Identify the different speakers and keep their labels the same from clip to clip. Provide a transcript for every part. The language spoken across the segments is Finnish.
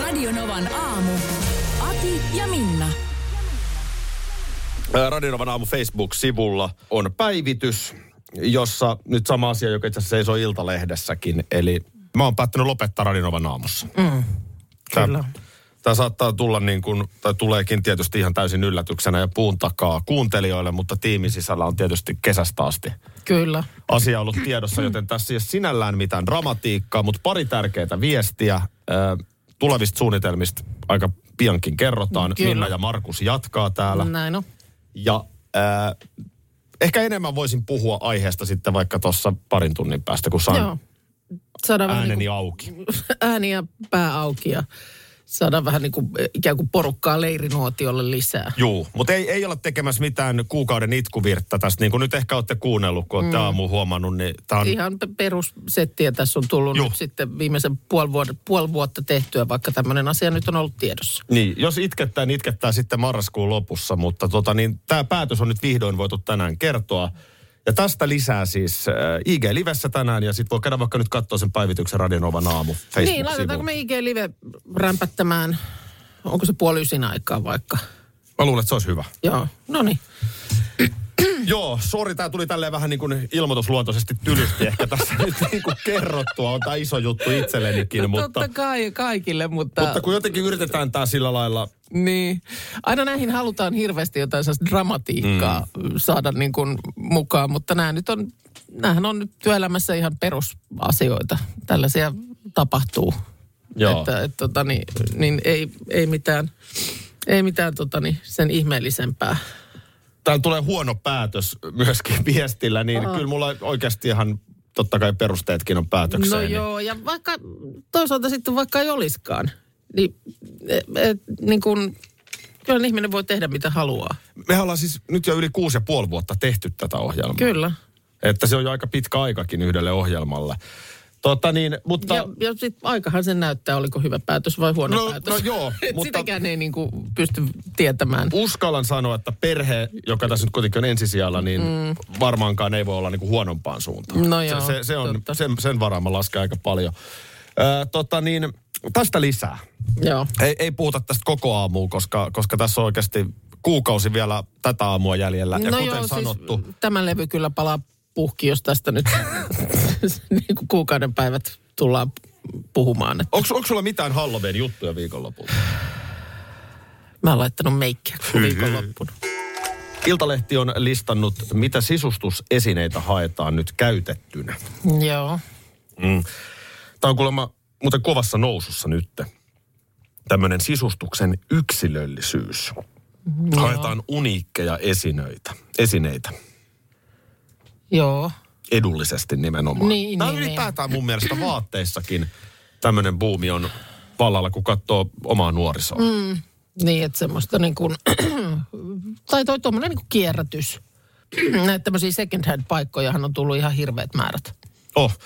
Speaker 1: Radionovan aamu. Ati ja Minna.
Speaker 2: Ää, Radionovan aamu Facebook-sivulla on päivitys, jossa nyt sama asia, joka itse asiassa seisoo Iltalehdessäkin. Eli mä oon päättänyt lopettaa Radionovan aamussa. Mm,
Speaker 3: kyllä.
Speaker 2: Tämä saattaa tulla niin kuin, tai tuleekin tietysti ihan täysin yllätyksenä ja puun takaa kuuntelijoille, mutta tiimin sisällä on tietysti kesästä asti
Speaker 3: Kyllä.
Speaker 2: asia ollut tiedossa, joten tässä ei ole sinällään mitään dramatiikkaa, mutta pari tärkeää viestiä. Ö, Tulevista suunnitelmista aika piankin kerrotaan.
Speaker 3: Kyllä.
Speaker 2: Minna ja Markus jatkaa täällä.
Speaker 3: Näin on.
Speaker 2: Ja ää, ehkä enemmän voisin puhua aiheesta sitten vaikka tuossa parin tunnin päästä, kun saan
Speaker 3: Joo. Saadaan vähän
Speaker 2: ääneni
Speaker 3: niin
Speaker 2: auki.
Speaker 3: kuin, ääniä pää auki ja saadaan vähän niin kuin, ikään kuin porukkaa leirinuotiolle lisää.
Speaker 2: Juu, mutta ei, ei olla tekemässä mitään kuukauden itkuvirttä tästä. Niin kuin nyt ehkä olette kuunnellut, kun olette mm. aamu huomannut, niin tämä on...
Speaker 3: Ihan pe- perussettiä tässä on tullut
Speaker 2: Juh.
Speaker 3: Juh. nyt sitten viimeisen puoli vuotta, puoli vuotta tehtyä, vaikka tämmöinen asia nyt on ollut tiedossa.
Speaker 2: Niin, jos itkettää, niin itkettää sitten marraskuun lopussa, mutta tota, niin tämä päätös on nyt vihdoin voitu tänään kertoa. Ja tästä lisää siis äh, IG Livessä tänään ja sitten voi käydä vaikka nyt katsoa sen päivityksen Radionovan aamu facebook
Speaker 3: Niin, laitetaanko me IG-live rämpättämään, onko se puoli ysin aikaa vaikka?
Speaker 2: Mä luulen, että se olisi hyvä.
Speaker 3: Joo, no niin.
Speaker 2: Joo, sori, tämä tuli tälleen vähän niin kuin ilmoitusluontoisesti tylysti ehkä tässä nyt niin kuin kerrottua. On tämä iso juttu itsellenikin,
Speaker 3: No,
Speaker 2: Niin, mutta,
Speaker 3: Totta kai kaikille, mutta...
Speaker 2: mutta kun jotenkin yritetään tämä sillä lailla,
Speaker 3: Niin. Aina näihin halutaan hirveästi jotain sellaista dramatiikkaa mm. saada niin kuin mukaan, mutta nämä nyt on, näähän on nyt työelämässä ihan perusasioita. Tällaisia tapahtuu.
Speaker 2: Joo.
Speaker 3: Että, et, tota, niin, niin ei, ei mitään, ei mitään tota, niin, sen ihmeellisempää.
Speaker 2: tämä tulee huono päätös myöskin viestillä, niin Aha. kyllä mulla oikeasti ihan totta kai perusteetkin on päätökseen.
Speaker 3: No
Speaker 2: niin-
Speaker 3: joo, ja vaikka toisaalta sitten vaikka ei olisikaan, niin, et, et, niin kuin, kyllä ihminen voi tehdä mitä haluaa.
Speaker 2: Me ollaan siis nyt jo yli kuusi ja puoli vuotta tehty tätä ohjelmaa.
Speaker 3: Kyllä.
Speaker 2: Että se on jo aika pitkä aikakin yhdelle ohjelmalle. Tota niin, mutta...
Speaker 3: Ja, ja sitten aikahan sen näyttää, oliko hyvä päätös vai huono
Speaker 2: No-
Speaker 3: päätös.
Speaker 2: no joo,
Speaker 3: Et
Speaker 2: mutta-
Speaker 3: Sitäkään ei niinku pysty tietämään.
Speaker 2: uskallan sanoa, että perhe, joka tässä nyt kuitenkin on ensisijalla, niin mm. varmaankaan ei voi olla niin kuin huonompaan suuntaan.
Speaker 3: No joo,
Speaker 2: se, se, se on,
Speaker 3: totta.
Speaker 2: sen, sen varaan mä lasken aika paljon. Ö, tota niin, tästä lisää.
Speaker 3: Joo.
Speaker 2: Ei, ei puhuta tästä koko aamua, koska, koska tässä on oikeasti kuukausi vielä tätä aamua jäljellä. Ja
Speaker 3: no
Speaker 2: kuten
Speaker 3: joo,
Speaker 2: sanottu,
Speaker 3: siis tämä levy kyllä palaa puhki, jos tästä nyt niinku kuukauden päivät tullaan puhumaan. Et
Speaker 2: onko sulla mitään Halloween juttuja viikonlopulla?
Speaker 3: Mä oon laittanut meikkiä koko viikonloppuna.
Speaker 2: Iltalehti on listannut, mitä sisustusesineitä haetaan nyt käytettynä.
Speaker 3: Joo.
Speaker 2: Mm. Tämä on kuulemma muuten kovassa nousussa nyt. Tämmöinen sisustuksen yksilöllisyys.
Speaker 3: Mm-hmm.
Speaker 2: Haetaan uniikkeja esinöitä, esineitä.
Speaker 3: Joo.
Speaker 2: Edullisesti nimenomaan.
Speaker 3: Niin,
Speaker 2: Tämä
Speaker 3: niin,
Speaker 2: ylipäätään mun mielestä vaatteissakin tämmöinen buumi on vallalla, kun katsoo omaa nuorisoa. Mm.
Speaker 3: Niin, että semmoista niin kuin, tai toi tuommoinen niin kuin kierrätys. Näitä tämmöisiä second hand paikkojahan on tullut ihan hirveät määrät.
Speaker 2: Oh.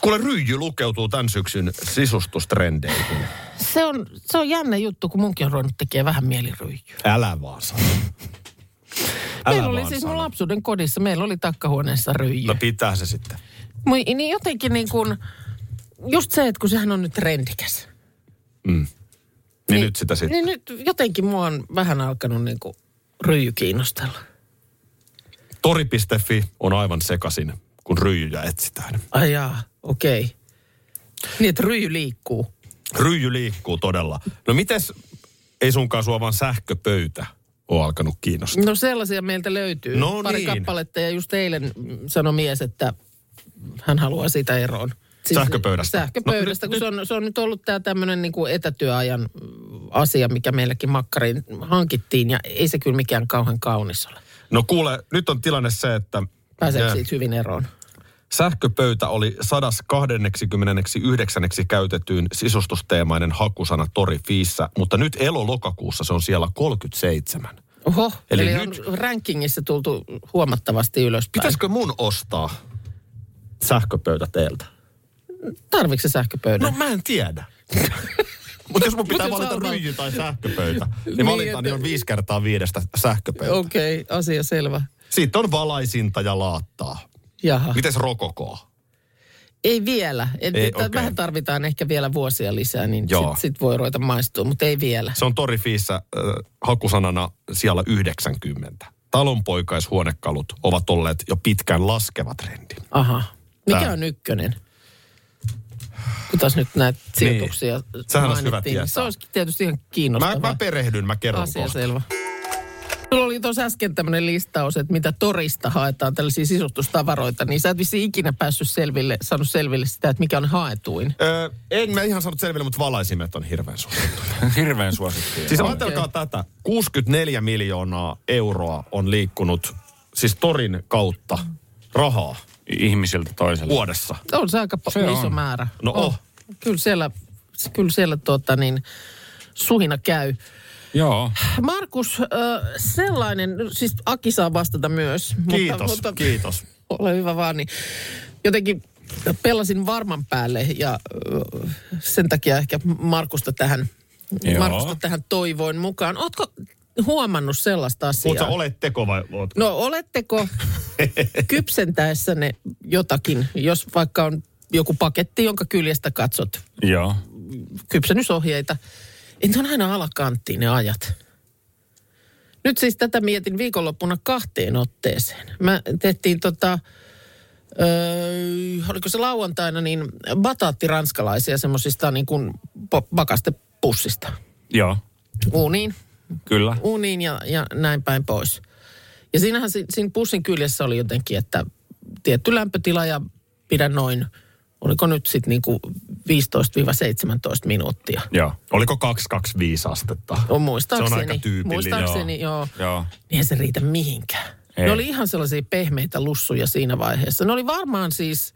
Speaker 2: Kuule, ryijy lukeutuu tämän syksyn sisustustrendeihin.
Speaker 3: Se on, se on jännä juttu, kun munkin on ruvennut tekemään vähän mieliryijyä.
Speaker 2: Älä vaan sano. Älä
Speaker 3: Meillä oli
Speaker 2: vaan
Speaker 3: siis
Speaker 2: sano.
Speaker 3: mun lapsuuden kodissa, meillä oli takkahuoneessa ryijy.
Speaker 2: No pitää se sitten.
Speaker 3: No. Niin jotenkin niin kuin, just se, että kun sehän on nyt trendikäs.
Speaker 2: Niin, niin nyt sitä sitten.
Speaker 3: Niin nyt jotenkin mua on vähän alkanut niin kuin ryijy kiinnostella.
Speaker 2: Tori.fi on aivan sekasin, kun ryijyjä etsitään.
Speaker 3: Ai jaa, okei. Okay. Niin, että ryijy liikkuu.
Speaker 2: Ryijy liikkuu todella. No mites, ei sunkaan sua vaan sähköpöytä on alkanut kiinnostaa.
Speaker 3: No sellaisia meiltä löytyy.
Speaker 2: No
Speaker 3: Pari
Speaker 2: niin.
Speaker 3: kappaletta ja just eilen mm, sanoi mies, että hän haluaa siitä eroon. Siis
Speaker 2: Sähköpöydästä.
Speaker 3: Sähköpöydästä,
Speaker 2: No,
Speaker 3: kun se on, se on nyt ollut tämä tämmöinen niinku etätyöajan mm, asia, mikä meilläkin makkariin hankittiin ja ei se kyllä mikään kauhean kaunis ole.
Speaker 2: No kuule, nyt on tilanne se, että
Speaker 3: Pääseekö
Speaker 2: Jää.
Speaker 3: siitä hyvin eroon?
Speaker 2: Sähköpöytä oli 129. käytetyin sisustusteemainen hakusana Tori Fiissä, mutta nyt elo-lokakuussa se on siellä 37.
Speaker 3: Oho,
Speaker 2: Eli
Speaker 3: eli, eli
Speaker 2: nyt-
Speaker 3: on rankingissa tultu huomattavasti ylöspäin.
Speaker 2: Pitäisikö
Speaker 3: Pitäisikö?
Speaker 2: mun ostaa sähköpöytä teiltä?
Speaker 3: Tarvitse
Speaker 2: No
Speaker 3: sähköpöydän?
Speaker 2: mä en tiedä. Mutta jos mun pitää
Speaker 3: Mut jos
Speaker 2: valita
Speaker 3: haluaa-
Speaker 2: ryijy tai sähköpöytä, niin
Speaker 3: Niin,
Speaker 2: valitaan
Speaker 3: että-
Speaker 2: niin on viisi kertaa viidestä sähköpöytä. Okay.
Speaker 3: Okei, okay, asia selvä.
Speaker 2: Sitten on valaisinta ja laattaa.
Speaker 3: Jaha.
Speaker 2: Mites rokokoa?
Speaker 3: Ei vielä. Et,
Speaker 2: Ei,
Speaker 3: ei, okay.
Speaker 2: okei.
Speaker 3: Vähän tarvitaan ehkä vielä vuosia lisää, niin
Speaker 2: Joo.
Speaker 3: sitten sit voi ruveta maistua, mutta ei vielä.
Speaker 2: Se on Torifiissä äh, hakusanana siellä 90. Talonpoikaishuonekalut ovat olleet jo pitkään laskeva trendi.
Speaker 3: Aha. Mikä
Speaker 2: Tää.
Speaker 3: on ykkönen? Kun taas nyt näitä sijoituksia
Speaker 2: Niin. Sehän olisi hyvä
Speaker 3: mainittiin, niin Se
Speaker 2: tietää.
Speaker 3: olisi tietysti ihan
Speaker 2: Mä,
Speaker 3: kiinnostavaa.
Speaker 2: mä perehdyn, mä kerron
Speaker 3: Asia
Speaker 2: kohta.
Speaker 3: selvä. Sulla oli tuossa äsken tämmöinen listaus, että mitä torista haetaan tällaisia sisustustavaroita, niin sä et vissiin ikinä päässyt selville, saanut selville sitä, että mikä on haetuin.
Speaker 2: Öö, en mä ihan saanut selville, mutta valaisimet on hirveän suuri.
Speaker 4: Hirveän suosittu.
Speaker 2: Siis ajatelkaa tätä. 64 miljoonaa euroa on liikkunut siis torin kautta rahaa
Speaker 4: Ihmisiltä toiselle.
Speaker 2: vuodessa.
Speaker 3: On se aika po-
Speaker 4: Se
Speaker 3: iso
Speaker 4: on.
Speaker 3: määrä.
Speaker 2: No
Speaker 3: on.
Speaker 2: on.
Speaker 3: Kyllä siellä, kyllä siellä tuota niin, suhina käy.
Speaker 4: Joo.
Speaker 3: Markus, ö, sellainen, siis Aki saa vastata myös.
Speaker 2: Kiitos, kiitos.
Speaker 3: Ole hyvä vaan, niin jotenkin pelasin varman päälle ja ö, sen takia ehkä Markusta tähän,
Speaker 4: Joo.
Speaker 3: Markusta tähän toivoin mukaan. Ootko huomannut sellaista asiaa?
Speaker 2: Mutta olet teko vai oot?
Speaker 3: No oletteko kypsentäessänne jotakin, jos vaikka on joku paketti, jonka kyljestä katsot
Speaker 4: Joo.
Speaker 3: kypsennysohjeita, niin ne on aina alakanttiin ne ajat. Nyt siis tätä mietin viikonloppuna kahteen otteeseen. Mä tehtiin tota, öö, oliko se lauantaina, niin bataatti ranskalaisia semmoisista niin kuin po- pakastepussista
Speaker 4: Joo.
Speaker 3: uuniin
Speaker 4: Kyllä.
Speaker 3: uniin ja, ja näin päin pois. Ja siinähän si- siinä pussin kyljessä oli jotenkin, että tietty lämpötila ja pidä noin, oliko nyt sitten niinku 15-17 minuuttia.
Speaker 4: Joo.
Speaker 2: Oliko 225 astetta?
Speaker 3: On No, muistaakseni.
Speaker 2: Se on aika tyypillinen.
Speaker 3: Muistaakseni, joo. joo.
Speaker 4: Joo.
Speaker 3: Eihän se riitä mihinkään.
Speaker 4: Ei.
Speaker 3: Ei. Ne oli ihan sellaisia pehmeitä lussuja siinä vaiheessa. Ne oli varmaan siis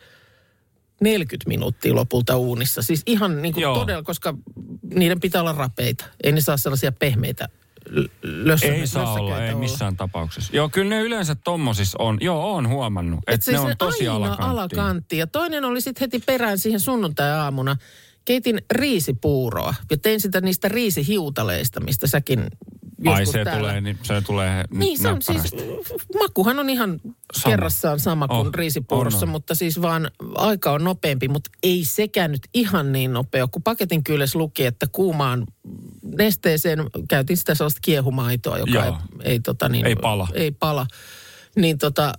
Speaker 3: 40 minuuttia lopulta uunissa. Siis ihan niin kuin
Speaker 4: Joo.
Speaker 3: todella, koska niiden pitää olla rapeita. Ei ne saa sellaisia pehmeitä l- lössö,
Speaker 4: Ei saa olla,
Speaker 3: lössäköitä
Speaker 4: ei missään tapauksessa. Joo, kyllä ne yleensä tommosissa on. Joo, on huomannut,
Speaker 3: Et
Speaker 4: että ne on tosi
Speaker 3: aina
Speaker 4: alakanttiin.
Speaker 3: Siis alakantti. Ja toinen oli sitten heti perään siihen sunnuntai-aamuna. Keitin riisipuuroa ja tein sitä niistä riisihiutaleista, mistä säkin
Speaker 4: Ai
Speaker 3: joskus
Speaker 4: se
Speaker 3: täällä.
Speaker 4: tulee, niin, se tulee
Speaker 3: Niin, se on siis,
Speaker 4: näppärästi.
Speaker 3: makuhan on ihan
Speaker 4: Sama.
Speaker 3: sama. kerrassaan sama kuin
Speaker 4: On,
Speaker 3: oh, riisipuurossa,
Speaker 4: on, on.
Speaker 3: mutta siis vaan aika on nopeampi, mutta ei sekään nyt ihan niin nopea, kun paketin kyljessä luki, että kuumaan nesteeseen, käytin sitä sellaista kiehumaitoa, joka ei,
Speaker 4: Joo.
Speaker 3: ei, tota niin,
Speaker 4: Ei pala.
Speaker 3: ei pala, niin tota,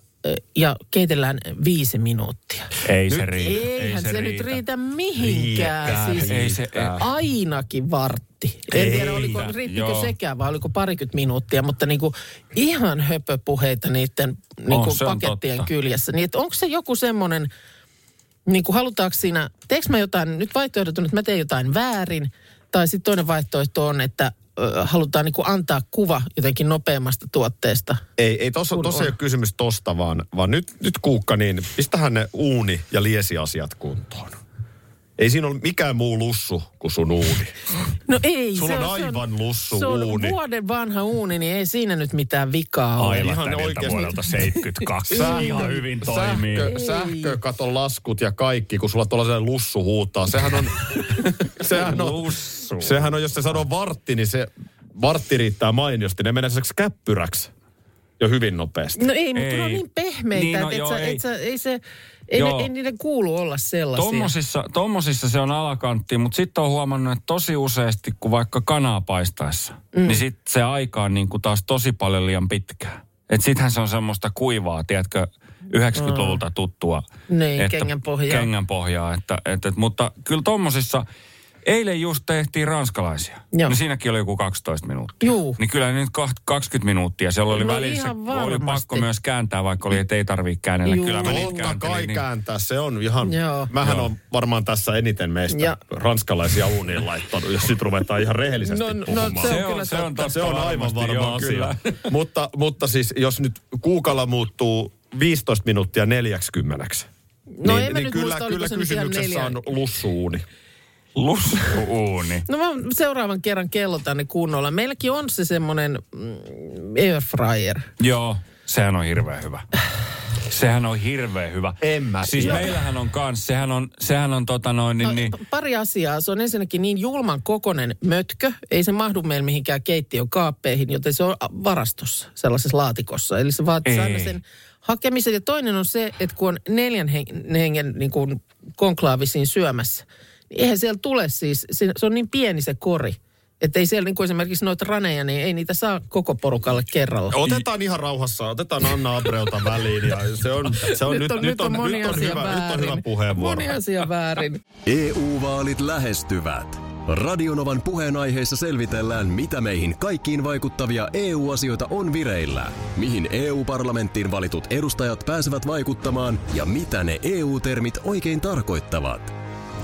Speaker 3: ja keitellään viisi minuuttia.
Speaker 4: Ei se
Speaker 2: Nyt-
Speaker 4: riitä.
Speaker 3: Eihän se, se nyt riitä mihinkään.
Speaker 2: Riittää,
Speaker 3: siis
Speaker 4: Ei se, ei,
Speaker 2: riittää.
Speaker 3: ainakin vartti. En
Speaker 4: Ei.
Speaker 3: tiedä, oliko, riittikö
Speaker 4: Joo.
Speaker 3: sekään vai oliko parikymmentä minuuttia, mutta niinku ihan höpöpuheita niiden niinku
Speaker 4: se on
Speaker 3: pakettien
Speaker 4: totta.
Speaker 3: kyljessä. Niin, et onko se joku semmoinen, niinku halutaanko siinä, teekö mä jotain, nyt vaihtoehdot on, että mä teen jotain väärin, tai sitten toinen vaihtoehto on, että ö, halutaan niinku antaa kuva jotenkin nopeammasta tuotteesta.
Speaker 2: Ei, ei tossa,
Speaker 3: Kun
Speaker 2: tossa
Speaker 3: on.
Speaker 2: ei ole kysymys tosta, vaan, vaan nyt, nyt Kuukka, niin pistähän ne uuni- ja liesiasiat kuntoon. Ei siinä ole mikään muu lussu kuin sun uuni.
Speaker 3: No ei.
Speaker 2: Sulla
Speaker 3: se
Speaker 2: on
Speaker 3: se
Speaker 2: aivan lussu
Speaker 3: se on
Speaker 2: uuni.
Speaker 3: vuoden vanha uuni, niin ei siinä nyt mitään vikaa ole.
Speaker 2: Aivan Ihan täydeltä oikeasti. vuodelta
Speaker 4: 72.
Speaker 2: Sähkö- Sähkö, sähkökaton laskut ja kaikki, kun sulla tuolla sellainen lussu huutaa. Sehän on, sehän on,
Speaker 4: Lussu.
Speaker 2: sehän on, jos se sanoo vartti, niin se vartti riittää mainiosti. Ne menee sellaiseksi käppyräksi jo hyvin nopeasti.
Speaker 3: No ei, mutta ne on
Speaker 4: Ei.
Speaker 3: niin pehmeitä,
Speaker 4: Niin,
Speaker 3: niin,
Speaker 4: no
Speaker 3: no, että
Speaker 4: joo,
Speaker 3: et sä,
Speaker 4: ei.
Speaker 3: et sä, ei, se, ei, ne,
Speaker 4: Joo.
Speaker 3: ei niiden kuulu olla sellaisia.
Speaker 4: Tommosissa, tommosissa se on alakantti, mutta sitten on huomannut, että tosi useasti, kun vaikka kanaa paistaessa, mm. niin sit se aika on niin kuin taas tosi paljon liian pitkää. Että sittenhän se on semmoista kuivaa, tiedätkö, 90-luvulta tuttua.
Speaker 3: Mm. Niin, kengänpohjaa.
Speaker 4: Kengän pohjaa. Että, että, että, mutta kyllä tommosissa, eilen just tehtiin ranskalaisia.
Speaker 3: Joo.
Speaker 4: Niin siinäkin oli joku 12 minuuttia.
Speaker 3: Juu.
Speaker 4: Niin kyllä ne nyt kaht- 20 minuuttia. Siellä oli
Speaker 3: No
Speaker 4: välissä,
Speaker 3: ihan
Speaker 4: oli pakko
Speaker 3: varmasti.
Speaker 4: myös kääntää, vaikka oli, että ei tarvitse käännellä.
Speaker 3: Juu.
Speaker 4: Kyllä mä niitä
Speaker 2: Totta
Speaker 4: kääntelin.
Speaker 2: kai
Speaker 4: niin-
Speaker 2: kääntää, se on ihan,
Speaker 3: Joo.
Speaker 2: mähän on varmaan tässä eniten meistä
Speaker 3: Ja-
Speaker 2: ranskalaisia uuniin laittanut, jos sit ruvetaan ihan rehellisesti
Speaker 3: No, no,
Speaker 2: puhumaan.
Speaker 3: se on kyllä totta.
Speaker 2: Se on aivan
Speaker 4: varmasti,
Speaker 2: varma
Speaker 4: joo,
Speaker 2: asia.
Speaker 4: kyllä.
Speaker 2: mutta, mutta siis jos nyt kuukalla muuttuu 15 minuuttia 40,
Speaker 3: No
Speaker 2: niin,
Speaker 3: en mä
Speaker 2: niin
Speaker 3: nyt
Speaker 2: kyllä,
Speaker 3: muista, oliko
Speaker 2: kyllä
Speaker 3: se nyt ihan
Speaker 2: kysymyksessä
Speaker 3: neljä.
Speaker 2: on lussuuni.
Speaker 4: Lussuuni.
Speaker 3: No mä seuraavan kerran kello tänne kunnolla. Meilläkin on se semmoinen mm, airfryer.
Speaker 4: Joo, sehän on hirveän hyvä. Sehän on hirveän hyvä.
Speaker 2: En mä
Speaker 4: Siis
Speaker 2: tiedä.
Speaker 4: meillähän on kans, sehän on, sehän on tota noin, niin, niin,
Speaker 3: Pa- Pari asiaa. Se on ensinnäkin niin julman kokonen mötkö. Ei se mahdu meillä mihinkään keittiön kaappeihin, joten se on a- varastossa, sellaisessa laatikossa. Eli se vaatii
Speaker 4: Ei.
Speaker 3: aina sen hakemisen. Ja toinen on se, että kun on neljän hen- hengen niin kuin konklaavisiin syömässä, niin eihän siellä tule siis, se se on niin pieni se kori. Että ei siellä niin kuin esimerkiksi noita raneja, niin ei niitä saa koko porukalle kerralla.
Speaker 2: Otetaan ihan rauhassa, otetaan Anna Abreuta väliin ja se on,
Speaker 3: No,
Speaker 2: se on, nyt, nyt, nyt, on,
Speaker 3: moni
Speaker 2: nyt on
Speaker 3: asia
Speaker 2: hyvä, nyt on
Speaker 3: väärin.
Speaker 2: hyvä puheenvuoro.
Speaker 3: Moni asia väärin.
Speaker 5: EU-vaalit E lähestyvät. Radionovan puheenaiheessa selvitellään, mitä meihin kaikkiin vaikuttavia EU-asioita on vireillä, mihin EU-parlamenttiin valitut edustajat pääsevät vaikuttamaan ja mitä ne EU-termit oikein tarkoittavat.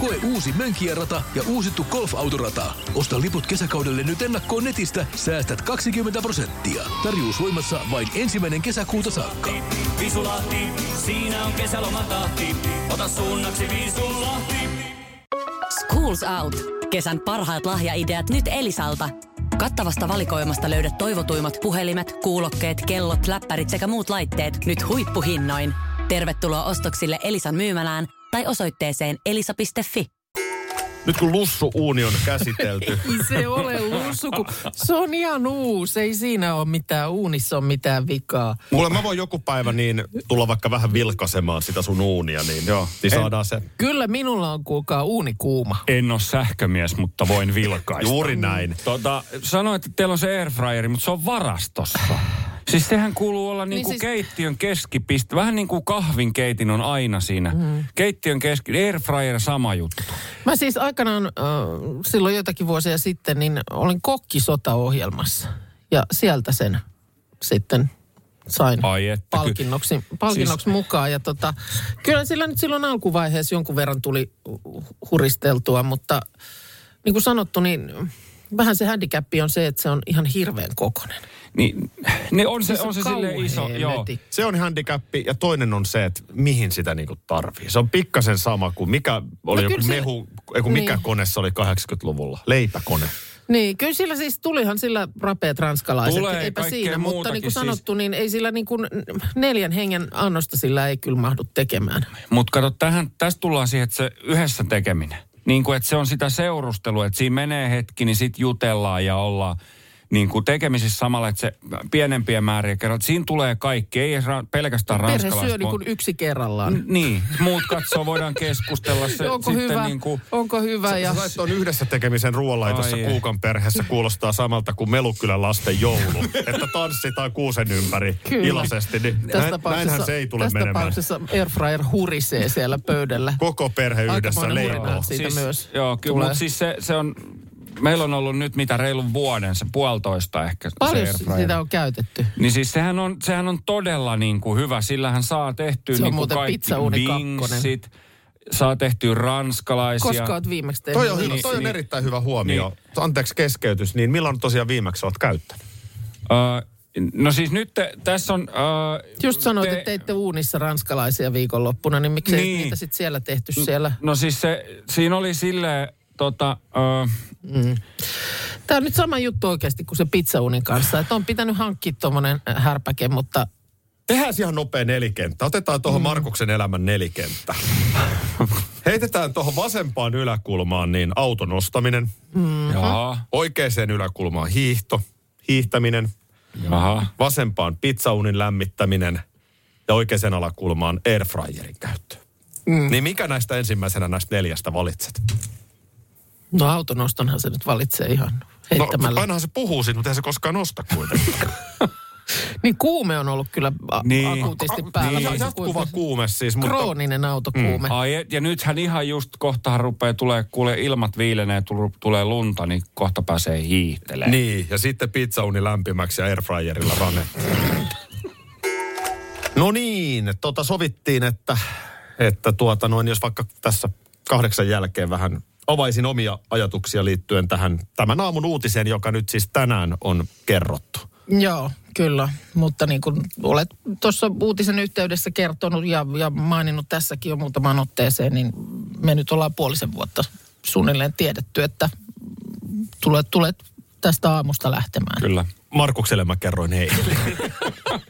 Speaker 6: Koe uusi Mönkijärata ja uusittu golfautorata. Osta liput kesäkaudelle nyt ennakkoon netistä, säästät 20 prosenttia. Tarjous voimassa vain ensimmäinen kesäkuuta saakka.
Speaker 7: Visulahti, siinä on kesälomatahti. Ota suunnaksi Visulahti.
Speaker 8: Schools Out. Kesän parhaat lahjaideat nyt Elisalta. Kattavasta valikoimasta löydät toivotuimmat puhelimet, kuulokkeet, kellot, läppärit sekä muut laitteet nyt huippuhinnoin. Tervetuloa ostoksille Elisan myymälään tai osoitteeseen elisa.fi.
Speaker 2: Nyt kun lussuuuni on käsitelty,
Speaker 3: Ei se ole lussu, kun se on ihan uusi. Ei siinä ole mitään, uunissa on mitään vikaa.
Speaker 2: Kuule, mä voin joku päivä niin tulla vaikka vähän vilkaisemaan sitä sun uunia, niin, Joo. niin saadaan se.
Speaker 3: Kyllä minulla on kuulkaa uuni kuuma.
Speaker 4: en ole sähkömies, mutta voin vilkaista.
Speaker 2: Juuri näin.
Speaker 4: Tota, sanoit, että teillä on se airfryeri, mutta se on varastossa. Siis sehän kuuluu olla niinku
Speaker 3: siis-
Speaker 4: niin siis... keittiön keskipiste. Vähän niin kuin kahvin keitin on aina siinä. Mm. Keittiön keski, airfryer sama juttu.
Speaker 3: Mä siis aikanaan äh, silloin jotakin vuosia sitten, niin olin kokkisotaohjelmassa. Ja sieltä sen sitten sain
Speaker 4: Ai että ky-
Speaker 3: palkinnoksi, palkinnoksi siis... mukaan. Ja tota, kyllä sillä nyt silloin alkuvaiheessa jonkun verran tuli hu- huristeltua, mutta niin kuin sanottu, niin vähän se handicappi on se, että se on ihan hirveän kokonen.
Speaker 4: Niin, niin on se,
Speaker 3: Siis
Speaker 4: on se silleen
Speaker 3: kauhean
Speaker 4: iso. Joo.
Speaker 3: mötikkä.
Speaker 2: Se on handicappi ja toinen on se, että mihin sitä niinku tarvii. Se on pikkasen sama kuin mikä oli no,
Speaker 3: No kyllä
Speaker 2: joku
Speaker 3: se-
Speaker 2: mehu, ei kun mikä
Speaker 3: Niin.
Speaker 2: kone se oli 80-luvulla. Leipäkone.
Speaker 3: Niin, kyllä sillä siis tulihan sillä rapeat ranskalaiset.
Speaker 4: Tulee
Speaker 3: Eipä
Speaker 4: kaikkea
Speaker 3: siinä, mutta
Speaker 4: muutakin
Speaker 3: niin kuin
Speaker 4: siis.
Speaker 3: sanottu, niin ei sillä niin kuin neljän hengen annosta sillä ei kyllä mahdu tekemään.
Speaker 4: Mutta kato, tähän, tästä tullaan siihen, että se yhdessä tekeminen. Niin kuin, että se on sitä seurustelua, että siinä menee hetki, niin sit jutellaan ja ollaan niin kuin tekemisissä samalla, että se pienempiä määriä kerran. Siinä tulee kaikki, ei ra- pelkästään
Speaker 3: Perhe syö
Speaker 4: ranskalaiset.
Speaker 3: niin kuin yksi kerrallaan.
Speaker 4: Niin, muut katsoo, voidaan keskustella se
Speaker 3: onko,
Speaker 4: sitten
Speaker 3: hyvä,
Speaker 4: niin kuin...
Speaker 3: onko hyvä, ja
Speaker 2: Sä sait on yhdessä tekemisen ruoanlaitossa
Speaker 4: Ai ei.
Speaker 2: Kuukan perheessä kuulostaa samalta kuin Melukylän lasten joulu. että tanssitaan kuusen ympäri
Speaker 3: Kyllä.
Speaker 2: iloisesti. Niin
Speaker 3: tässä
Speaker 2: näin, näinhän se ei tule
Speaker 3: tässä
Speaker 2: menemään.
Speaker 3: tapauksessa airfryer hurisee siellä pöydällä.
Speaker 2: Koko perhe yhdessä
Speaker 3: Aikamoinen
Speaker 2: leipoo.
Speaker 3: hurinaa. siitä myös
Speaker 4: siis- Joo, kyllä,
Speaker 3: tulee.
Speaker 4: mutta siis se, se on... Meillä on ollut nyt mitä reilun vuoden, se puolitoista ehkä. se
Speaker 3: Paljon
Speaker 4: airfryer.
Speaker 3: sitä on käytetty.
Speaker 4: Niin siis sehän on, sehän on todella niin kuin hyvä. Sillähän saa tehtyä
Speaker 3: Se on
Speaker 4: niin kuin
Speaker 3: muuten
Speaker 4: kaikki
Speaker 3: pizzauuni
Speaker 4: wingsit, saa tehtyä ranskalaisia.
Speaker 3: Koska oot viimeksi tehnyt?
Speaker 2: Toi on, hyvä,
Speaker 3: niin?
Speaker 2: toi on
Speaker 4: niin.
Speaker 2: erittäin hyvä huomio. Anteeksi keskeytys, niin milloin tosiaan viimeksi olet käyttänyt?
Speaker 4: Ö, no siis nyt te, tässä on... Ö,
Speaker 3: Just sanoit, että teitte uunissa ranskalaisia viikonloppuna, niin miksei
Speaker 4: Niin.
Speaker 3: niitä sitten siellä tehty siellä?
Speaker 4: No siis se, siinä oli silleen, tota, ö,
Speaker 3: Tämä on nyt sama juttu oikeasti kuin se pizzaunin kanssa, että on pitänyt hankkia tuommoinen härpäke, mutta
Speaker 2: Tehdään ihan nopea nelikenttä. Otetaan tuohon Markuksen elämän nelikenttä. Heitetään tuohon vasempaan yläkulmaan niin auton ostaminen,
Speaker 3: Mhm.
Speaker 4: jaha,
Speaker 2: oikeaan yläkulmaan hiihto, hiihtäminen,
Speaker 4: jaha.
Speaker 2: vasempaan pizzaunin lämmittäminen ja oikeaan alakulmaan airfryerin käyttö. Mm. Niin mikä näistä ensimmäisenä näistä neljästä valitset?
Speaker 3: no autonostonhan se nyt valitsee ihan
Speaker 2: No,
Speaker 3: heittämällä.
Speaker 2: ainahan se puhuu siitä, mutta eihän se koskaan osta kuitenkaan.
Speaker 3: Niin kuume on ollut kyllä a-
Speaker 4: Niin.
Speaker 3: akuutisti päällä.
Speaker 2: Niin. Ja-
Speaker 3: vaikka
Speaker 2: Jatkuva
Speaker 3: kuinka-
Speaker 2: kuume siis. Mutta,
Speaker 3: Krooninen autokuume. Mm.
Speaker 4: Ai, et- ja nythän ihan just kohtahan rupeaa tulee, kuule ilmat viilenee, tul- tulee lunta, niin kohta pääsee hiihtelemään.
Speaker 2: Niin, ja sitten pizzauni lämpimäksi ja airfryerilla rane. No niin, tota sovittiin, että, että tuota noin, jos vaikka tässä kahdeksan jälkeen vähän avaisin omia ajatuksia liittyen tähän tämän aamun uutiseen, joka nyt siis tänään on kerrottu.
Speaker 3: Joo, kyllä. Mutta niin kuin olet tuossa uutisen yhteydessä kertonut ja, ja maininnut tässäkin jo muutamaan otteeseen, niin me nyt ollaan puolisen vuotta suunnilleen tiedetty, että tulet, tulet tästä aamusta lähtemään.
Speaker 4: Kyllä.
Speaker 2: Markukselle mä kerroin ei.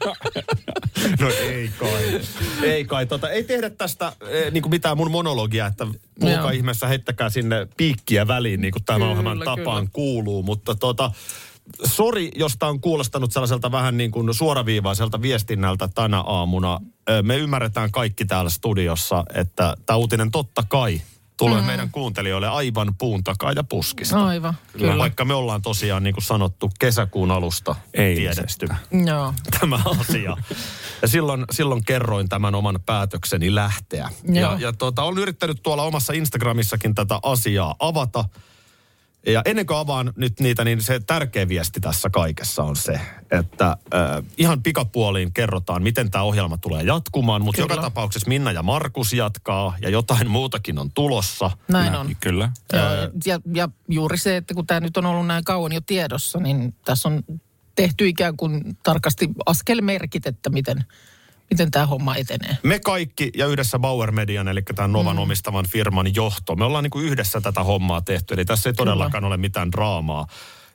Speaker 2: no ei kai. Ei kai. Tota, ei tehdä tästä eh, niinku mitään mun monologia, että
Speaker 3: Joo.
Speaker 2: puhukaa ihmeessä, heittäkää sinne piikkiä väliin, niin kuin tämä
Speaker 3: Kyllä,
Speaker 2: ohjelman
Speaker 3: kyllä.
Speaker 2: tapaan kuuluu. Mutta tota, sori, jos tämä on kuulostanut sellaiselta vähän niin kuin suoraviivaiselta viestinnältä tänä aamuna. Ö, Me ymmärretään kaikki täällä studiossa, että tämä uutinen totta kai
Speaker 3: Mm-hmm.
Speaker 2: tulee mm. meidän kuuntelijoille aivan puun takaa ja puskista.
Speaker 3: Aivan,
Speaker 2: Kyllä.
Speaker 3: kyllä.
Speaker 2: Vaikka me ollaan tosiaan, niin kuin sanottu, kesäkuun alusta
Speaker 4: Eilisestä.
Speaker 2: tiedetty
Speaker 3: Joo.
Speaker 2: tämä asia. Ja silloin, silloin kerroin tämän oman päätökseni lähteä.
Speaker 3: Joo.
Speaker 2: Ja, ja tuota, olen yrittänyt tuolla omassa Instagramissakin tätä asiaa avata. Ja ennen kuin avaan nyt niitä, niin se tärkeä viesti tässä kaikessa on se, että äh, ihan pikapuoliin kerrotaan, miten tämä ohjelma tulee jatkumaan. Mutta
Speaker 3: Kyllä.
Speaker 2: joka tapauksessa Minna ja Markus jatkaa ja jotain muutakin on tulossa.
Speaker 3: Näin on.
Speaker 4: Kyllä.
Speaker 3: Joo, ja, ja juuri se, että kun tämä nyt on ollut näin kauan jo tiedossa, niin tässä on tehty ikään kuin tarkasti askelmerkit, että miten, miten tämä homma etenee.
Speaker 2: Me kaikki ja yhdessä Bauer Median, eli tämän Novan mm. omistavan firman johto, me ollaan niin kuin yhdessä tätä hommaa tehty, eli tässä ei todellakaan ole mitään draamaa.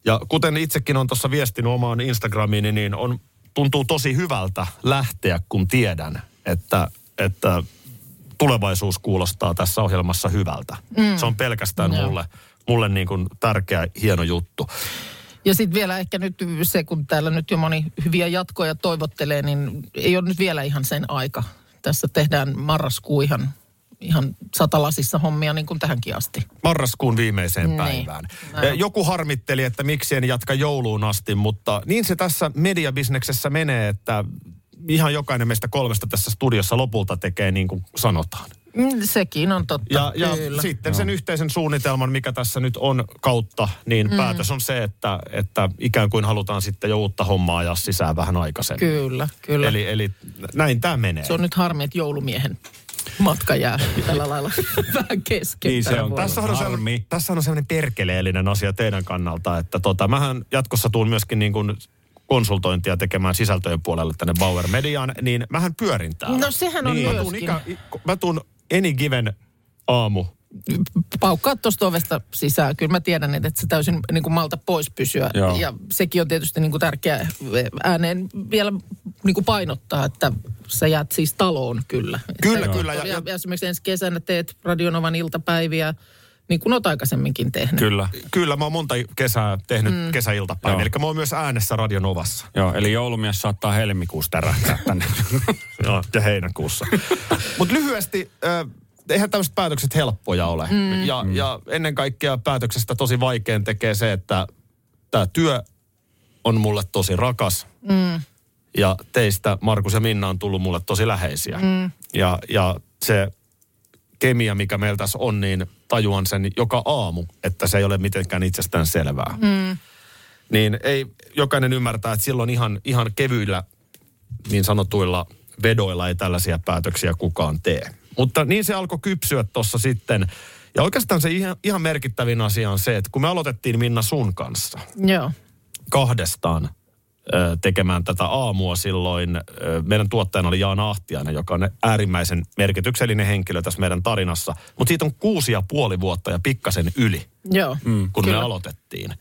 Speaker 2: Ja kuten itsekin on tuossa viestinyt omaan Instagramiini, niin on, tuntuu tosi hyvältä lähteä, kun tiedän, että, että tulevaisuus kuulostaa tässä ohjelmassa hyvältä. Mm. Se on pelkästään
Speaker 3: Joo.
Speaker 2: mulle, mulle niin kuin tärkeä, hieno juttu.
Speaker 3: Ja sitten vielä ehkä nyt se, kun täällä nyt jo moni hyviä jatkoja toivottelee, niin ei ole nyt vielä ihan sen aika. Tässä tehdään marraskuu ihan, ihan satalasissa hommia niin kuin tähänkin asti.
Speaker 2: marraskuun viimeiseen
Speaker 3: Niin.
Speaker 2: päivään. Eh,
Speaker 3: Näin on.
Speaker 2: Joku harmitteli, että miksi en jatka jouluun asti, mutta niin se tässä mediabisneksessä menee, että ihan jokainen meistä kolmesta tässä studiossa lopulta tekee niin kuin sanotaan.
Speaker 3: Mm, Sekin on totta,
Speaker 2: Ja, ja
Speaker 3: kyllä.
Speaker 2: sitten sen yhteisen suunnitelman, mikä tässä nyt on kautta, niin mm. päätös on se, että, että ikään kuin halutaan sitten jo uutta hommaa ajaa sisään vähän aikaisemmin.
Speaker 3: Kyllä, kyllä. Eli...
Speaker 2: Eli, eli näin tämä menee.
Speaker 3: Se on nyt harmi, että joulumiehen matka jää tällä lailla vähän kesken.
Speaker 4: Niin se
Speaker 3: tänä
Speaker 4: on.
Speaker 3: vuonna.
Speaker 2: Tässä on,
Speaker 4: Harmi.
Speaker 2: sellainen, tässä on sellainen perkeleellinen asia teidän kannalta, että tota, mähän jatkossa tuun myöskin niin kuin konsultointia tekemään sisältöjen puolelle tänne Bauer Mediaan, niin mähän pyörin täällä.
Speaker 3: No sehän on
Speaker 2: niin. Mä tuun,
Speaker 3: myöskin.
Speaker 2: ikä, ik- mä tuun any given aamu.
Speaker 3: paukkaat tuosta ovesta sisään. Kyllä mä tiedän, että et sä täysin niin kuin malta pois pysyä.
Speaker 4: Joo.
Speaker 3: Ja sekin on tietysti niin kuin tärkeä ääneen vielä niin kuin painottaa, että sä jäät siis taloon kyllä.
Speaker 2: Kyllä,
Speaker 3: Että-
Speaker 2: kyllä.
Speaker 3: Ja,
Speaker 2: Ja-
Speaker 3: ja,
Speaker 2: ja-
Speaker 3: ja esimerkiksi ensi kesänä teet Radionovan iltapäiviä, niin kuin oot aikaisemminkin tehnyt.
Speaker 4: Kyllä.
Speaker 2: Kyllä, mä oon monta kesää tehnyt mm. kesäiltapäin,
Speaker 4: Joo.
Speaker 2: eli mä oon myös äänessä Radionovassa.
Speaker 4: Joo, eli joulumies saattaa helmikuussa tärähtää tänne.
Speaker 2: Joo, ja heinäkuussa. Mutta lyhyesti, äh, eihän tämmöiset päätökset helppoja ole. Mm. Ja, ja ennen kaikkea päätöksestä tosi vaikean tekee se, että tämä työ on mulle tosi rakas. Mm. Ja teistä, Markus ja Minna, on tullut mulle tosi läheisiä. Mm. Ja, ja se kemia, mikä meillä tässä on, niin tajuan sen joka aamu, että se ei ole mitenkään itsestään selvää. Mm. Niin ei, jokainen ymmärtää, että silloin ihan, ihan kevyillä niin sanotuilla vedoilla ei tällaisia päätöksiä kukaan tee. Mutta niin se alkoi kypsyä tuossa sitten. Ja oikeastaan se ihan, ihan merkittävin asia on se, että kun me aloitettiin Minna sun kanssa
Speaker 3: Joo.
Speaker 2: kahdestaan ö, tekemään tätä aamua silloin, ö, meidän tuottajana oli Jaana Ahtiainen, joka on äärimmäisen merkityksellinen henkilö tässä meidän tarinassa. Mutta siitä on kuusi ja puoli vuotta ja pikkasen yli,
Speaker 3: Joo. Mm,
Speaker 2: kun
Speaker 3: kyllä.
Speaker 2: me aloitettiin.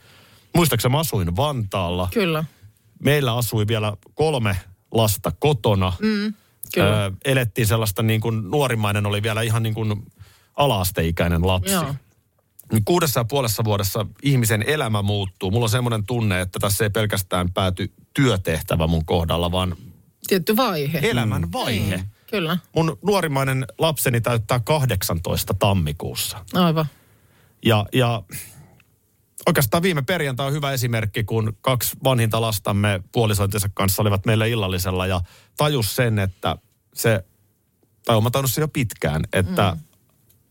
Speaker 2: Muistaakseni mä asuin Vantaalla
Speaker 3: Kyllä.
Speaker 2: meillä asui vielä kolme lasta kotona. Mm,
Speaker 3: kyllä.
Speaker 2: Ö, elettiin sellaista niin kuin, nuorimmainen oli vielä ihan niin kuin alaasteikäinen lapsi.
Speaker 3: Joo.
Speaker 2: Niin Kuudessa ja puolessa vuodessa ihmisen elämä muuttuu. Mulla on semmoinen tunne, että tässä ei pelkästään pääty työtehtävä mun kohdalla, vaan
Speaker 3: Tietty vaihe. Mm.
Speaker 2: elämän vaihe.
Speaker 3: Niin. Kyllä.
Speaker 2: Mun nuorimmainen lapseni täyttää 18 tammikuussa.
Speaker 3: Aivan.
Speaker 2: Ja, ja Oikeastaan viime perjantai on hyvä esimerkki, kun kaksi vanhinta lastamme puolisointinsa kanssa olivat meillä illallisella ja tajus sen, että se, tai olen tajunnut sen jo pitkään, että mm.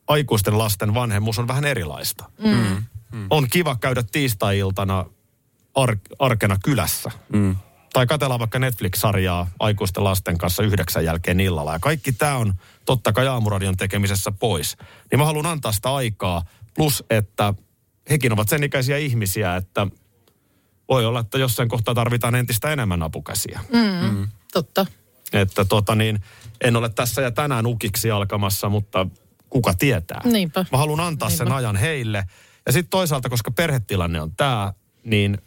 Speaker 2: aikuisten lasten vanhemmuus on vähän erilaista. Mm. On kiva käydä tiistai-iltana ar- arkena kylässä. Mm. Tai katsellaan vaikka Netflix-sarjaa aikuisten lasten kanssa yhdeksän jälkeen illalla. Ja kaikki tämä on totta kai aamuradion tekemisessä pois. Niin mä haluan antaa sitä aikaa. Plus, että hekin ovat sen ikäisiä ihmisiä, että voi olla, että jossain kohtaa tarvitaan entistä enemmän apukäsiä.
Speaker 3: Mm.
Speaker 2: Mm.
Speaker 3: Totta.
Speaker 2: Että tota niin, en ole tässä ja tänään ukiksi alkamassa, mutta kuka tietää.
Speaker 3: Niinpä.
Speaker 2: Mä haluan antaa Niinpä. sen
Speaker 3: Niinpä.
Speaker 2: ajan heille. Ja sitten toisaalta, koska perhetilanne on tämä, niin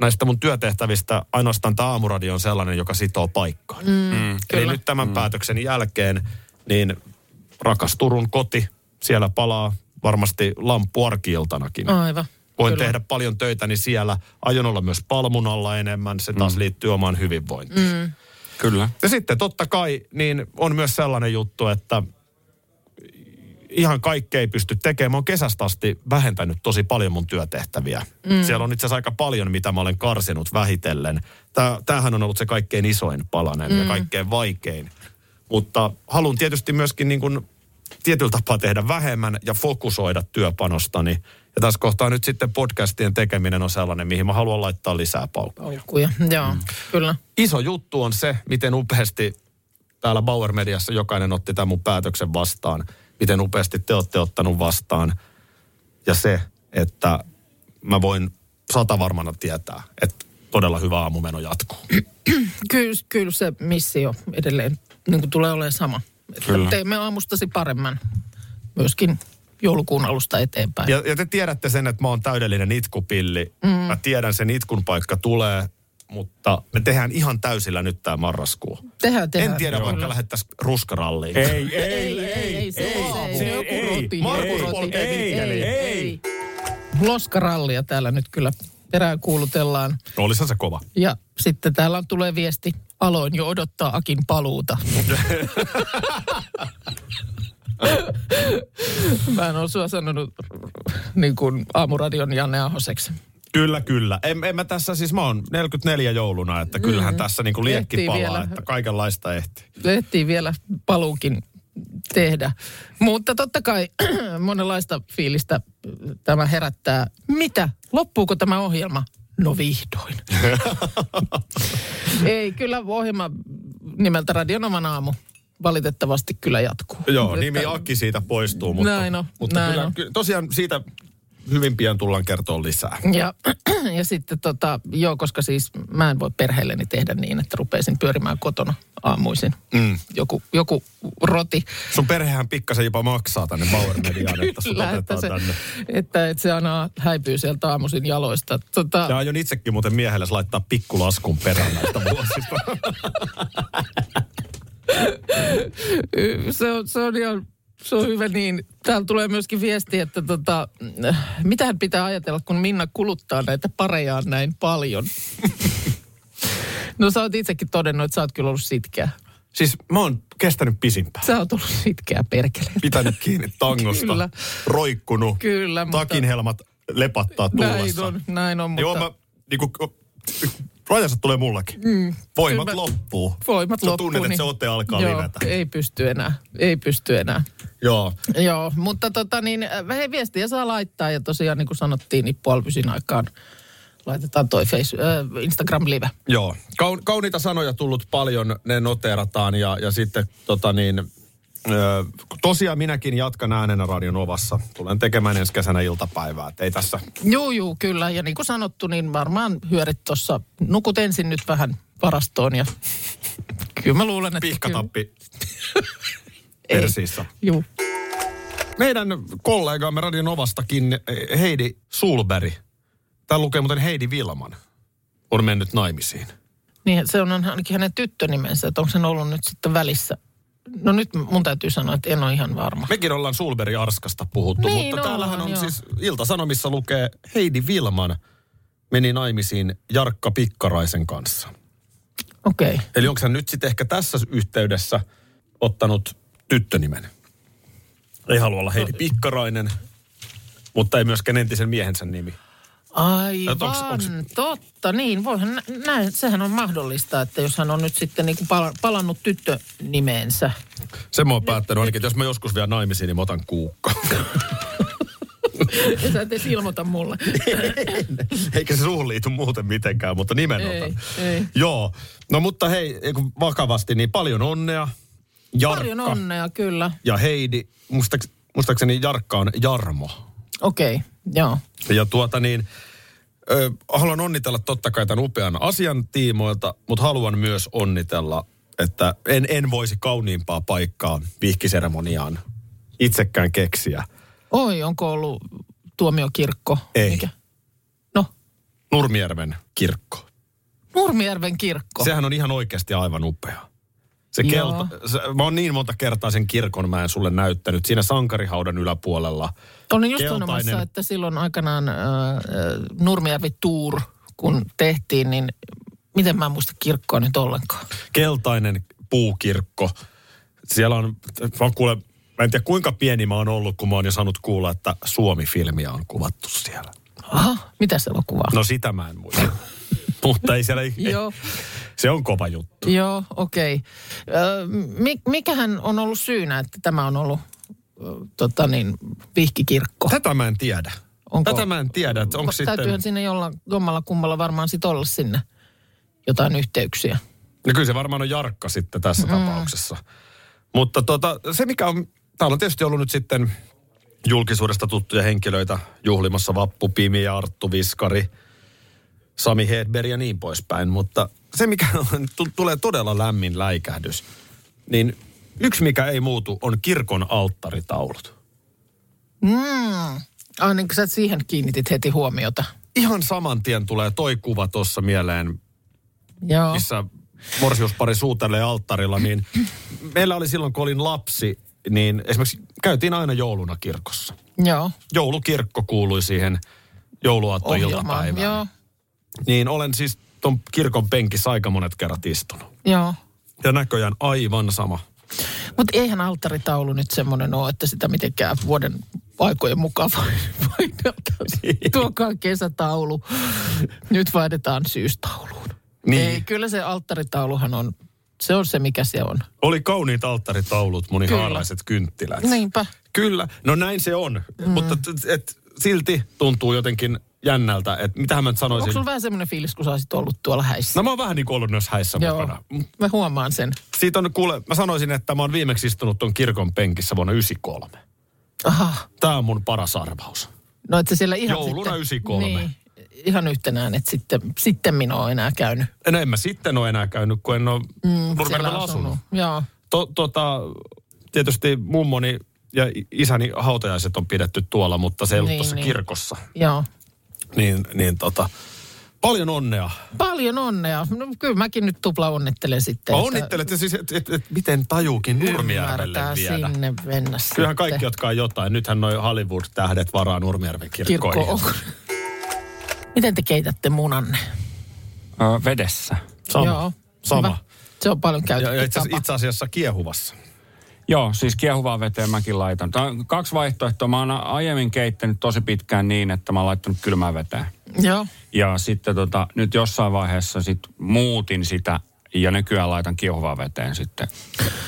Speaker 2: näistä mun työtehtävistä ainoastaan tämä aamuradio on sellainen, joka sitoo paikkaan. Mm, Eli nyt tämän mm. päätöksen jälkeen, niin rakas Turun koti, siellä palaa varmasti lamppu arkiiltanakin.
Speaker 3: Aivan.
Speaker 2: Mm. Voin
Speaker 3: Kyllä.
Speaker 2: tehdä paljon töitäni siellä. Aion olla myös palmunalla enemmän. Se taas liittyy omaan hyvinvointiin. Mm.
Speaker 4: Kyllä.
Speaker 2: Ja sitten totta kai niin on myös sellainen juttu, että ihan kaikkea ei pysty tekemään. Mä oon kesästä asti vähentänyt tosi paljon mun työtehtäviä. Mm. Siellä on itse asiassa aika paljon, mitä mä olen karsinut vähitellen. Tää, tämähän on ollut se kaikkein isoin palanen mm. ja kaikkein vaikein. Mutta haluan tietysti myöskin niin kuin tietyllä tapaa tehdä vähemmän ja fokusoida työpanostani. Ja tässä kohtaa nyt sitten podcastien tekeminen on sellainen, mihin mä haluan laittaa lisää paukkuja
Speaker 3: Paukkuja. Joo,
Speaker 2: Mm.
Speaker 3: kyllä.
Speaker 2: iso juttu on se, miten upeasti täällä Bauer Mediassa jokainen otti tämän mun päätöksen vastaan. Miten upeasti te olette ottanut vastaan. Ja se, että mä voin satavarmana tietää, että todella hyvä aamumeno jatkuu.
Speaker 3: Kyllä, kyllä se missio edelleen niin kuin tulee olemaan sama. Että
Speaker 4: Kyllä.
Speaker 3: teemme aamustasi paremman myöskin joulukuun alusta eteenpäin.
Speaker 2: Ja, ja te tiedätte sen, että mä oon täydellinen itkupilli. Mm. Mä tiedän, sen itkun paikka tulee, mutta me tehdään ihan täysillä nyt tämä marraskuu.
Speaker 3: Tehdään, tehdään.
Speaker 2: En tiedä, vaikka lähettäisiin ruskaralliin.
Speaker 4: Ei,
Speaker 3: Ei,
Speaker 4: ei,
Speaker 3: ei, ei, ei, se ei, se ei, se on joku roti.
Speaker 2: Markus
Speaker 3: joku roti.
Speaker 2: polkee vinkkeliin.
Speaker 3: ei. Loskarallia täällä nyt kyllä peräänkuulutellaan.
Speaker 2: No, olisihan se kova.
Speaker 3: Ja sitten täällä on, tulee viesti, aloin jo odottaa Akin paluuta. Mä en ole sua sanonut niin kuin aamuradion Janne Ahoseksi.
Speaker 2: Kyllä, kyllä. En, en mä tässä siis, mä oon 44 jouluna, että kyllähän mm. tässä niinku liekki
Speaker 3: Ehtii
Speaker 2: palaa,
Speaker 3: vielä.
Speaker 2: että kaikenlaista ehti.
Speaker 3: Ehtii vielä paluukin tehdä. Mutta totta kai monenlaista fiilistä tämä herättää. Mitä? Loppuuko tämä ohjelma? No vihdoin. Ei, kyllä ohjelma nimeltä Radionoman aamu valitettavasti kyllä jatkuu.
Speaker 2: Joo,
Speaker 3: Että-
Speaker 2: nimi Akki siitä poistuu, mutta,
Speaker 3: Näin on,
Speaker 2: mutta
Speaker 3: näin
Speaker 2: kyllä,
Speaker 3: on.
Speaker 2: kyllä, tosiaan siitä hyvin pian tullaan kertoa lisää.
Speaker 3: Ja, ja sitten tota, joo, koska siis mä en voi perheelleni tehdä niin, että rupeisin pyörimään kotona aamuisin. Mm. Joku, joku roti.
Speaker 2: Sun perhehän pikkasen jopa maksaa tänne Bauer Mediaan, että sut
Speaker 3: että
Speaker 2: otetaan
Speaker 3: se,
Speaker 2: tänne.
Speaker 3: että, että se aina häipyy sieltä aamuisin jaloista. Tota,
Speaker 2: Ja aion itsekin muuten miehelle laittaa pikkulaskun perään näistä vuosista.
Speaker 3: se, on, se on ihan se on hyvä niin. Täällä tulee myöskin viesti, että tota, mitähän pitää ajatella, kun Minna kuluttaa näitä parejaan näin paljon. no sä oot itsekin todennut, että sä oot kyllä ollut sitkeä.
Speaker 2: siis mä oon kestänyt pisimpään.
Speaker 3: Sä oot ollut sitkeä perkele.
Speaker 2: Pitänyt kiinni tangosta,
Speaker 3: Kyllä.
Speaker 2: roikkunut,
Speaker 3: Kyllä, mutta-
Speaker 2: takinhelmat lepattaa
Speaker 3: Näin
Speaker 2: tuulessa.
Speaker 3: on, näin on, mutta
Speaker 2: Joo, mä, niinku, rajansa tulee mullakin. Mm, Voimat
Speaker 3: kyllä mä-
Speaker 2: loppuu.
Speaker 3: voimat
Speaker 2: Sä
Speaker 3: loppuu.
Speaker 2: tunnet, että
Speaker 3: niin-
Speaker 2: se ote alkaa
Speaker 3: Joo,
Speaker 2: livetä.
Speaker 3: ei pysty enää, ei pysty enää.
Speaker 2: Joo.
Speaker 3: Joo, mutta tota niin, äh, hei viestiä saa laittaa ja tosiaan niin kuin sanottiin, niin puolivysin aikaan laitetaan toi face, äh, Instagram-live.
Speaker 2: Joo. Kaun, kauniita sanoja tullut paljon, ne noteerataan ja, ja sitten tota niin, ö, tosiaan minäkin jatkan äänenä Radion Ovassa. Tulen tekemään ensi kesänä iltapäivää, et ei tässä.
Speaker 3: Joo, joo, kyllä. Ja niin kuin sanottu, niin varmaan hyörit tuossa, nukut ensin nyt vähän varastoon ja kyllä mä luulen, että...
Speaker 2: Pihkatappi
Speaker 3: Ei.
Speaker 2: persiissä.
Speaker 3: Joo.
Speaker 2: Meidän kollegaamme Radion Ovastakin eh, Heidi Sulberg, tämä lukee muuten Heidi Vilman, on mennyt naimisiin.
Speaker 3: Niin se on ainakin hänen tyttönimensä, että onko se ollut nyt sitten välissä. No nyt mun täytyy sanoa, että en ole ihan varma.
Speaker 2: Mekin ollaan Sulberi Arskasta puhuttu,
Speaker 3: Niin
Speaker 2: mutta
Speaker 3: ollaan,
Speaker 2: täällähän on
Speaker 3: joo.
Speaker 2: siis Ilta-Sanomissa lukee Heidi Vilman meni naimisiin Jarkka Pikkaraisen kanssa.
Speaker 3: Okei. Okay.
Speaker 2: Eli onko hän nyt sitten ehkä tässä yhteydessä ottanut tyttönimen?
Speaker 3: No.
Speaker 2: Ei halua olla Heidi Pikkarainen, mutta ei myöskään entisen miehensä nimi.
Speaker 3: Aivan,
Speaker 2: Et onks- onks-
Speaker 3: totta. Niin, voihan nä- näin, sehän on mahdollista, että jos hän on nyt sitten niin pala, palannut tyttönimeensä.
Speaker 2: Sen
Speaker 3: No,
Speaker 2: mä oon päättänyt ainakin, että jos mä joskus vielä naimisiin, niin mä otan kuukka.
Speaker 3: Ja sä et edes ilmoita mulle.
Speaker 2: Eikä se suhun liity muuten mitenkään, mutta nimen
Speaker 3: Ei,
Speaker 2: otan.
Speaker 3: ei.
Speaker 2: Joo, no mutta hei, ei kun vakavasti, niin paljon onnea. Jarkka
Speaker 3: Paljon onnea, kyllä.
Speaker 2: ja Heidi. Mustaaks, muistaakseni Jarkka on Jarmo.
Speaker 3: Okei, okay, joo.
Speaker 2: Ja tuota niin, ö, haluan onnitella totta kai tämän upean asian tiimoilta, mutta haluan myös onnitella, että en, en voisi kauniimpaa paikkaa vihkiseremoniaan itsekään keksiä.
Speaker 3: Oi, onko ollut tuomiokirkko?
Speaker 2: Ei.
Speaker 3: No,
Speaker 2: Nurmijärven kirkko.
Speaker 3: Nurmijärven kirkko. Se...
Speaker 2: Sehän on ihan oikeasti aivan upea. Se
Speaker 3: Joo.
Speaker 2: kelta, se, mä oon niin monta kertaa sen kirkon mä en sulle näyttänyt. Siinä sankarihaudan yläpuolella.
Speaker 3: Olin just
Speaker 2: keltainen.
Speaker 3: sanomassa, että silloin aikanaan äh, äh, Nurmijärvi Tour, kun tehtiin, niin miten mä en muista kirkkoa nyt ollenkaan.
Speaker 2: keltainen puukirkko. Siellä on, mä oon kuule, mä en tiedä kuinka pieni mä oon ollut, kun mä oon jo saanut kuulla, että Suomi-filmiä on kuvattu siellä.
Speaker 3: Aha, mitä se elokuvaa?
Speaker 2: No sitä mä en muista. Mutta ei siellä, ei,
Speaker 3: Joo.
Speaker 2: se on kova juttu.
Speaker 3: Joo, okei. Ö, mi- mikähän on ollut syynä, että tämä on ollut ö, tota niin, vihkikirkko?
Speaker 2: Tätä mä en tiedä.
Speaker 3: Onko-
Speaker 2: Tätä mä en tiedä, että onko sitten...
Speaker 3: Täytyyhän sinne jolla, jommalla kummalla varmaan sit olla sinne jotain yhteyksiä.
Speaker 2: No kyllä se varmaan on Jarkka sitten tässä mm. tapauksessa. Mutta tota, se mikä on, täällä on tietysti ollut nyt sitten julkisuudesta tuttuja henkilöitä juhlimassa Vappu Pimi ja Arttu Viskari, Sami Hedberg ja niin poispäin. Mutta se mikä on, tu- tulee todella lämmin läikähdys, niin yksi mikä ei muutu on kirkon alttaritaulut.
Speaker 3: Mm. Ah, niin kun sä siihen kiinnitit heti huomiota.
Speaker 2: Ihan saman tien tulee toi kuva tuossa mieleen,
Speaker 3: Joo.
Speaker 2: missä morsiuspari suutelee alttarilla, niin meillä oli silloin, kun olin lapsi, niin esimerkiksi käytiin aina jouluna kirkossa.
Speaker 3: Joo.
Speaker 2: Joulukirkko kuului siihen
Speaker 3: Ohjelmaan.
Speaker 2: jouluaattoiltapäivään.
Speaker 3: Joo.
Speaker 2: Niin olen siis tuon kirkon penkissä aika monet kerrat istunut.
Speaker 3: Joo.
Speaker 2: Ja näköjään aivan sama.
Speaker 3: Mutta eihän alttaritaulu nyt semmoinen ole, että sitä mitenkään vuoden aikojen mukaan vaihdetaan.
Speaker 2: Niin.
Speaker 3: Tuokaa kesätaulu. Nyt vaihdetaan syystauluun.
Speaker 2: Niin.
Speaker 3: Ei, kyllä se alttaritauluhan on, se on se mikä se on.
Speaker 2: Oli kauniit alttaritaulut, moni
Speaker 3: Kyllä.
Speaker 2: haaraiset kynttilät.
Speaker 3: Niinpä.
Speaker 2: Kyllä, no näin se on. Mm. Mutta t- et, silti tuntuu jotenkin jännältä, että mitähän mä nyt sanoisin.
Speaker 3: Onko sulla vähän semmoinen fiilis, kun sä olisit ollut tuolla häissä?
Speaker 2: No mä oon vähän niin kuin ollut noissa häissä mukana.
Speaker 3: mä huomaan sen.
Speaker 2: Siitä on kuule, mä sanoisin, että mä oon viimeksi istunut ton kirkon penkissä vuonna 93.
Speaker 3: Aha.
Speaker 2: Tää on mun paras arvaus.
Speaker 3: No että siellä ihan
Speaker 2: Jouluna
Speaker 3: sitten,
Speaker 2: 93.
Speaker 3: Niin, ihan yhtenään, että sitten, sitten minä olen enää käynyt.
Speaker 2: En, en mä sitten ole enää käynyt, kun en ole mm,
Speaker 3: siellä
Speaker 2: Nurmijärvellä asunut.
Speaker 3: Joo.
Speaker 2: To, tota, tietysti mummoni ja i- isäni hautajaiset on pidetty tuolla, mutta se ei ollut
Speaker 3: Niin,
Speaker 2: niin, tuossa
Speaker 3: niin.
Speaker 2: niin. kirkossa.
Speaker 3: Joo.
Speaker 2: Niin, niin tota, paljon onnea.
Speaker 3: Paljon onnea. No, kyllä mäkin nyt tupla onnittelen sitten.
Speaker 2: Mä
Speaker 3: että
Speaker 2: onnittelen, että siis, et, et, et, miten tajuukin Nurmijärvelle
Speaker 3: ymmärtää
Speaker 2: viedä.
Speaker 3: sinne mennä
Speaker 2: Kyllähän
Speaker 3: sitten.
Speaker 2: kaikki, jotka on jotain. Nythän noi Hollywood-tähdet varaa Nurmijärven kirkkoihin.
Speaker 3: kirkko on. Miten te keitätte munanne?
Speaker 4: Ö, vedessä.
Speaker 2: Sama.
Speaker 3: Joo.
Speaker 2: Sama.
Speaker 3: Hyvä. Se on paljon
Speaker 2: Ja, ja
Speaker 3: käytetty
Speaker 2: itse,
Speaker 3: tapa.
Speaker 2: asiassa, itse asiassa kiehuvassa.
Speaker 4: Joo, siis kiehuvaa veteen mäkin laitan. Tää on kaksi vaihtoehtoa. Mä oon aiemmin keittänyt tosi pitkään niin, että mä oon laittanut kylmää veteen.
Speaker 3: Joo.
Speaker 4: Ja sitten tota, nyt jossain vaiheessa sit muutin sitä ja nykyään laitan kiehuvaa veteen sitten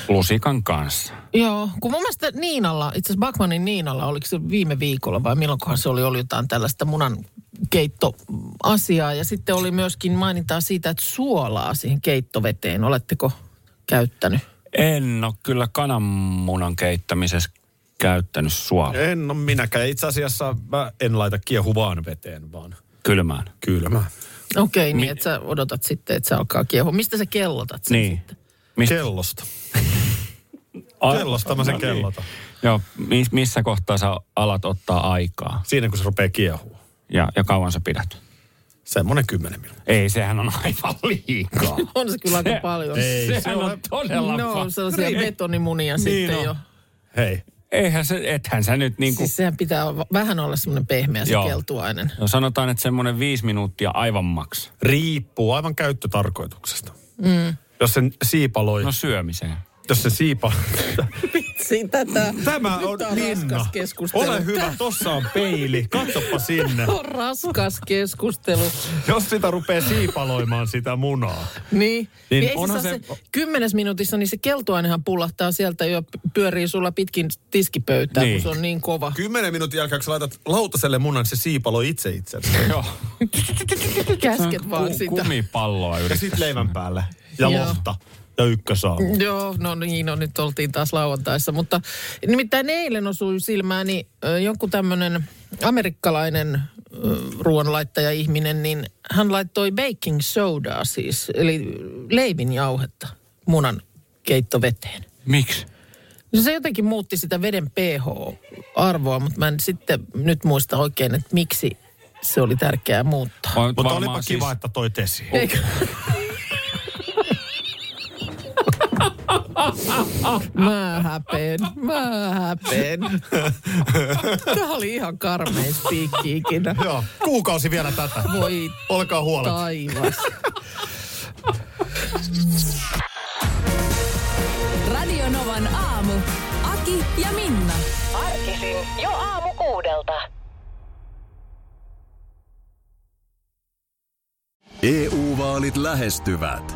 Speaker 4: lusikan kanssa.
Speaker 3: Joo, kun mun mielestä Niinalla, itse asiassa Bakmanin Niinalla, oliko se viime viikolla vai milloinkohan se oli, oli jotain tällaista munan keittoasiaa. Ja sitten oli myöskin mainintaa siitä, että suolaa siihen keittoveteen, oletteko käyttänyt?
Speaker 4: En ole kyllä kananmunan keittämisessä käyttänyt suolaa
Speaker 2: En ole minäkään. Ja Itse asiassa mä en laita kiehuvaan veteen, vaan
Speaker 4: kylmään.
Speaker 2: kylmään.
Speaker 3: Okei, niin että sä odotat sitten, että se alkaa kiehua. Mistä sä kellotat sen
Speaker 4: Niin.
Speaker 3: sitten?
Speaker 4: Mist,
Speaker 2: Kellosta.
Speaker 4: a-
Speaker 2: Kellosta mä sen kellotan.
Speaker 4: Niin. Joo, mis, missä kohtaa sä alat ottaa aikaa
Speaker 2: Siinä kun se rupeaa kiehua.
Speaker 4: ja, ja kauan sä pidät?
Speaker 2: Semmonen kymmenen minuuttia.
Speaker 4: Ei, sehän on aivan liikaa.
Speaker 3: On se kyllä aika paljon.
Speaker 2: ei, Niin.
Speaker 4: sehän se on, todella
Speaker 3: No,
Speaker 4: paljon.
Speaker 3: sellaisia betonimunia sitten
Speaker 2: on.
Speaker 3: jo.
Speaker 2: Hei.
Speaker 4: Eihän se, ethän sä nyt niin kuin...
Speaker 3: Siis sehän pitää olla- vähän olla semmoinen pehmeä se
Speaker 4: Joo.
Speaker 3: keltuainen.
Speaker 4: No sanotaan, että semmoinen viisi minuuttia aivan maks.
Speaker 2: Riippuu aivan käyttötarkoituksesta. Mm. Jos sen siipaloi.
Speaker 4: No syömiseen.
Speaker 2: Jos se siipa.
Speaker 3: Vitsi, tätä.
Speaker 2: Tämä
Speaker 3: Nyt
Speaker 2: on, Linna.
Speaker 3: raskas keskustelu.
Speaker 2: Ole hyvä, tossa on peili. Katsoppa sinne.
Speaker 3: Tämä on raskas keskustelu.
Speaker 2: Jos sitä rupeaa siipaloimaan sitä munaa.
Speaker 3: Niin. niin, niin
Speaker 2: onhan
Speaker 3: onhan se,
Speaker 2: se-
Speaker 3: se... Kymmenes minuutissa niin se keltuainenhan pullahtaa sieltä ja pyörii sulla pitkin tiskipöytää,
Speaker 4: Niin.
Speaker 3: niin. kun se on niin kova.
Speaker 2: Kymmenen minuutin jälkeen, kun sä laitat lautaselle munan, se siipalo itse itsensä.
Speaker 4: Joo.
Speaker 3: Käsket vaan
Speaker 4: Ku-
Speaker 3: sitä.
Speaker 4: Kumipalloa
Speaker 2: Ja
Speaker 4: yritetään.
Speaker 2: sit leivän päälle. Ja
Speaker 3: Joo.
Speaker 2: lohta. Ja ykkösaamu.
Speaker 3: Joo, no niin, no nyt oltiin taas lauantaissa, mutta nimittäin eilen osui silmääni ö, joku tämmöinen amerikkalainen ö, ruoanlaittaja-ihminen, niin hän laittoi baking sodaa siis, eli leivinjauhetta munan keittoveteen.
Speaker 4: Miksi?
Speaker 3: No se jotenkin muutti sitä veden pH-arvoa, mutta mä en sitten nyt muista oikein, että miksi se oli tärkeää muuttaa.
Speaker 4: Vai-
Speaker 2: Mutta
Speaker 4: varmaan
Speaker 2: olipa
Speaker 4: siis-
Speaker 2: kiva, että toi esiin.
Speaker 3: Eikö? Mä häpeen, mä häpeen. Tämä oli ihan karmein spiikki ikinä.
Speaker 2: Joo, kuukausi vielä tätä.
Speaker 3: Voi
Speaker 2: Olkaa huolet.
Speaker 3: taivas.
Speaker 1: Radio Novan aamu. Aki ja Minna.
Speaker 9: Arkisin jo aamu kuudelta.
Speaker 5: EU-vaalit E lähestyvät.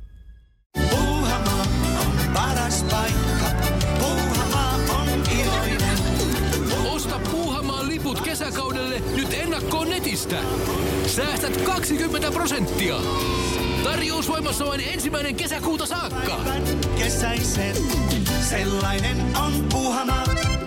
Speaker 7: Puuhamaa on paras paikka. Puuhamaa on iloinen.
Speaker 6: Osta Puuhamaan liput kesäkaudelle nyt ennakkoon netistä. Säästät 20 prosenttia. Tarjous voimassa vain ensimmäinen kesäkuuta saakka.
Speaker 7: Kesäisen, sellainen on Puuhamaa.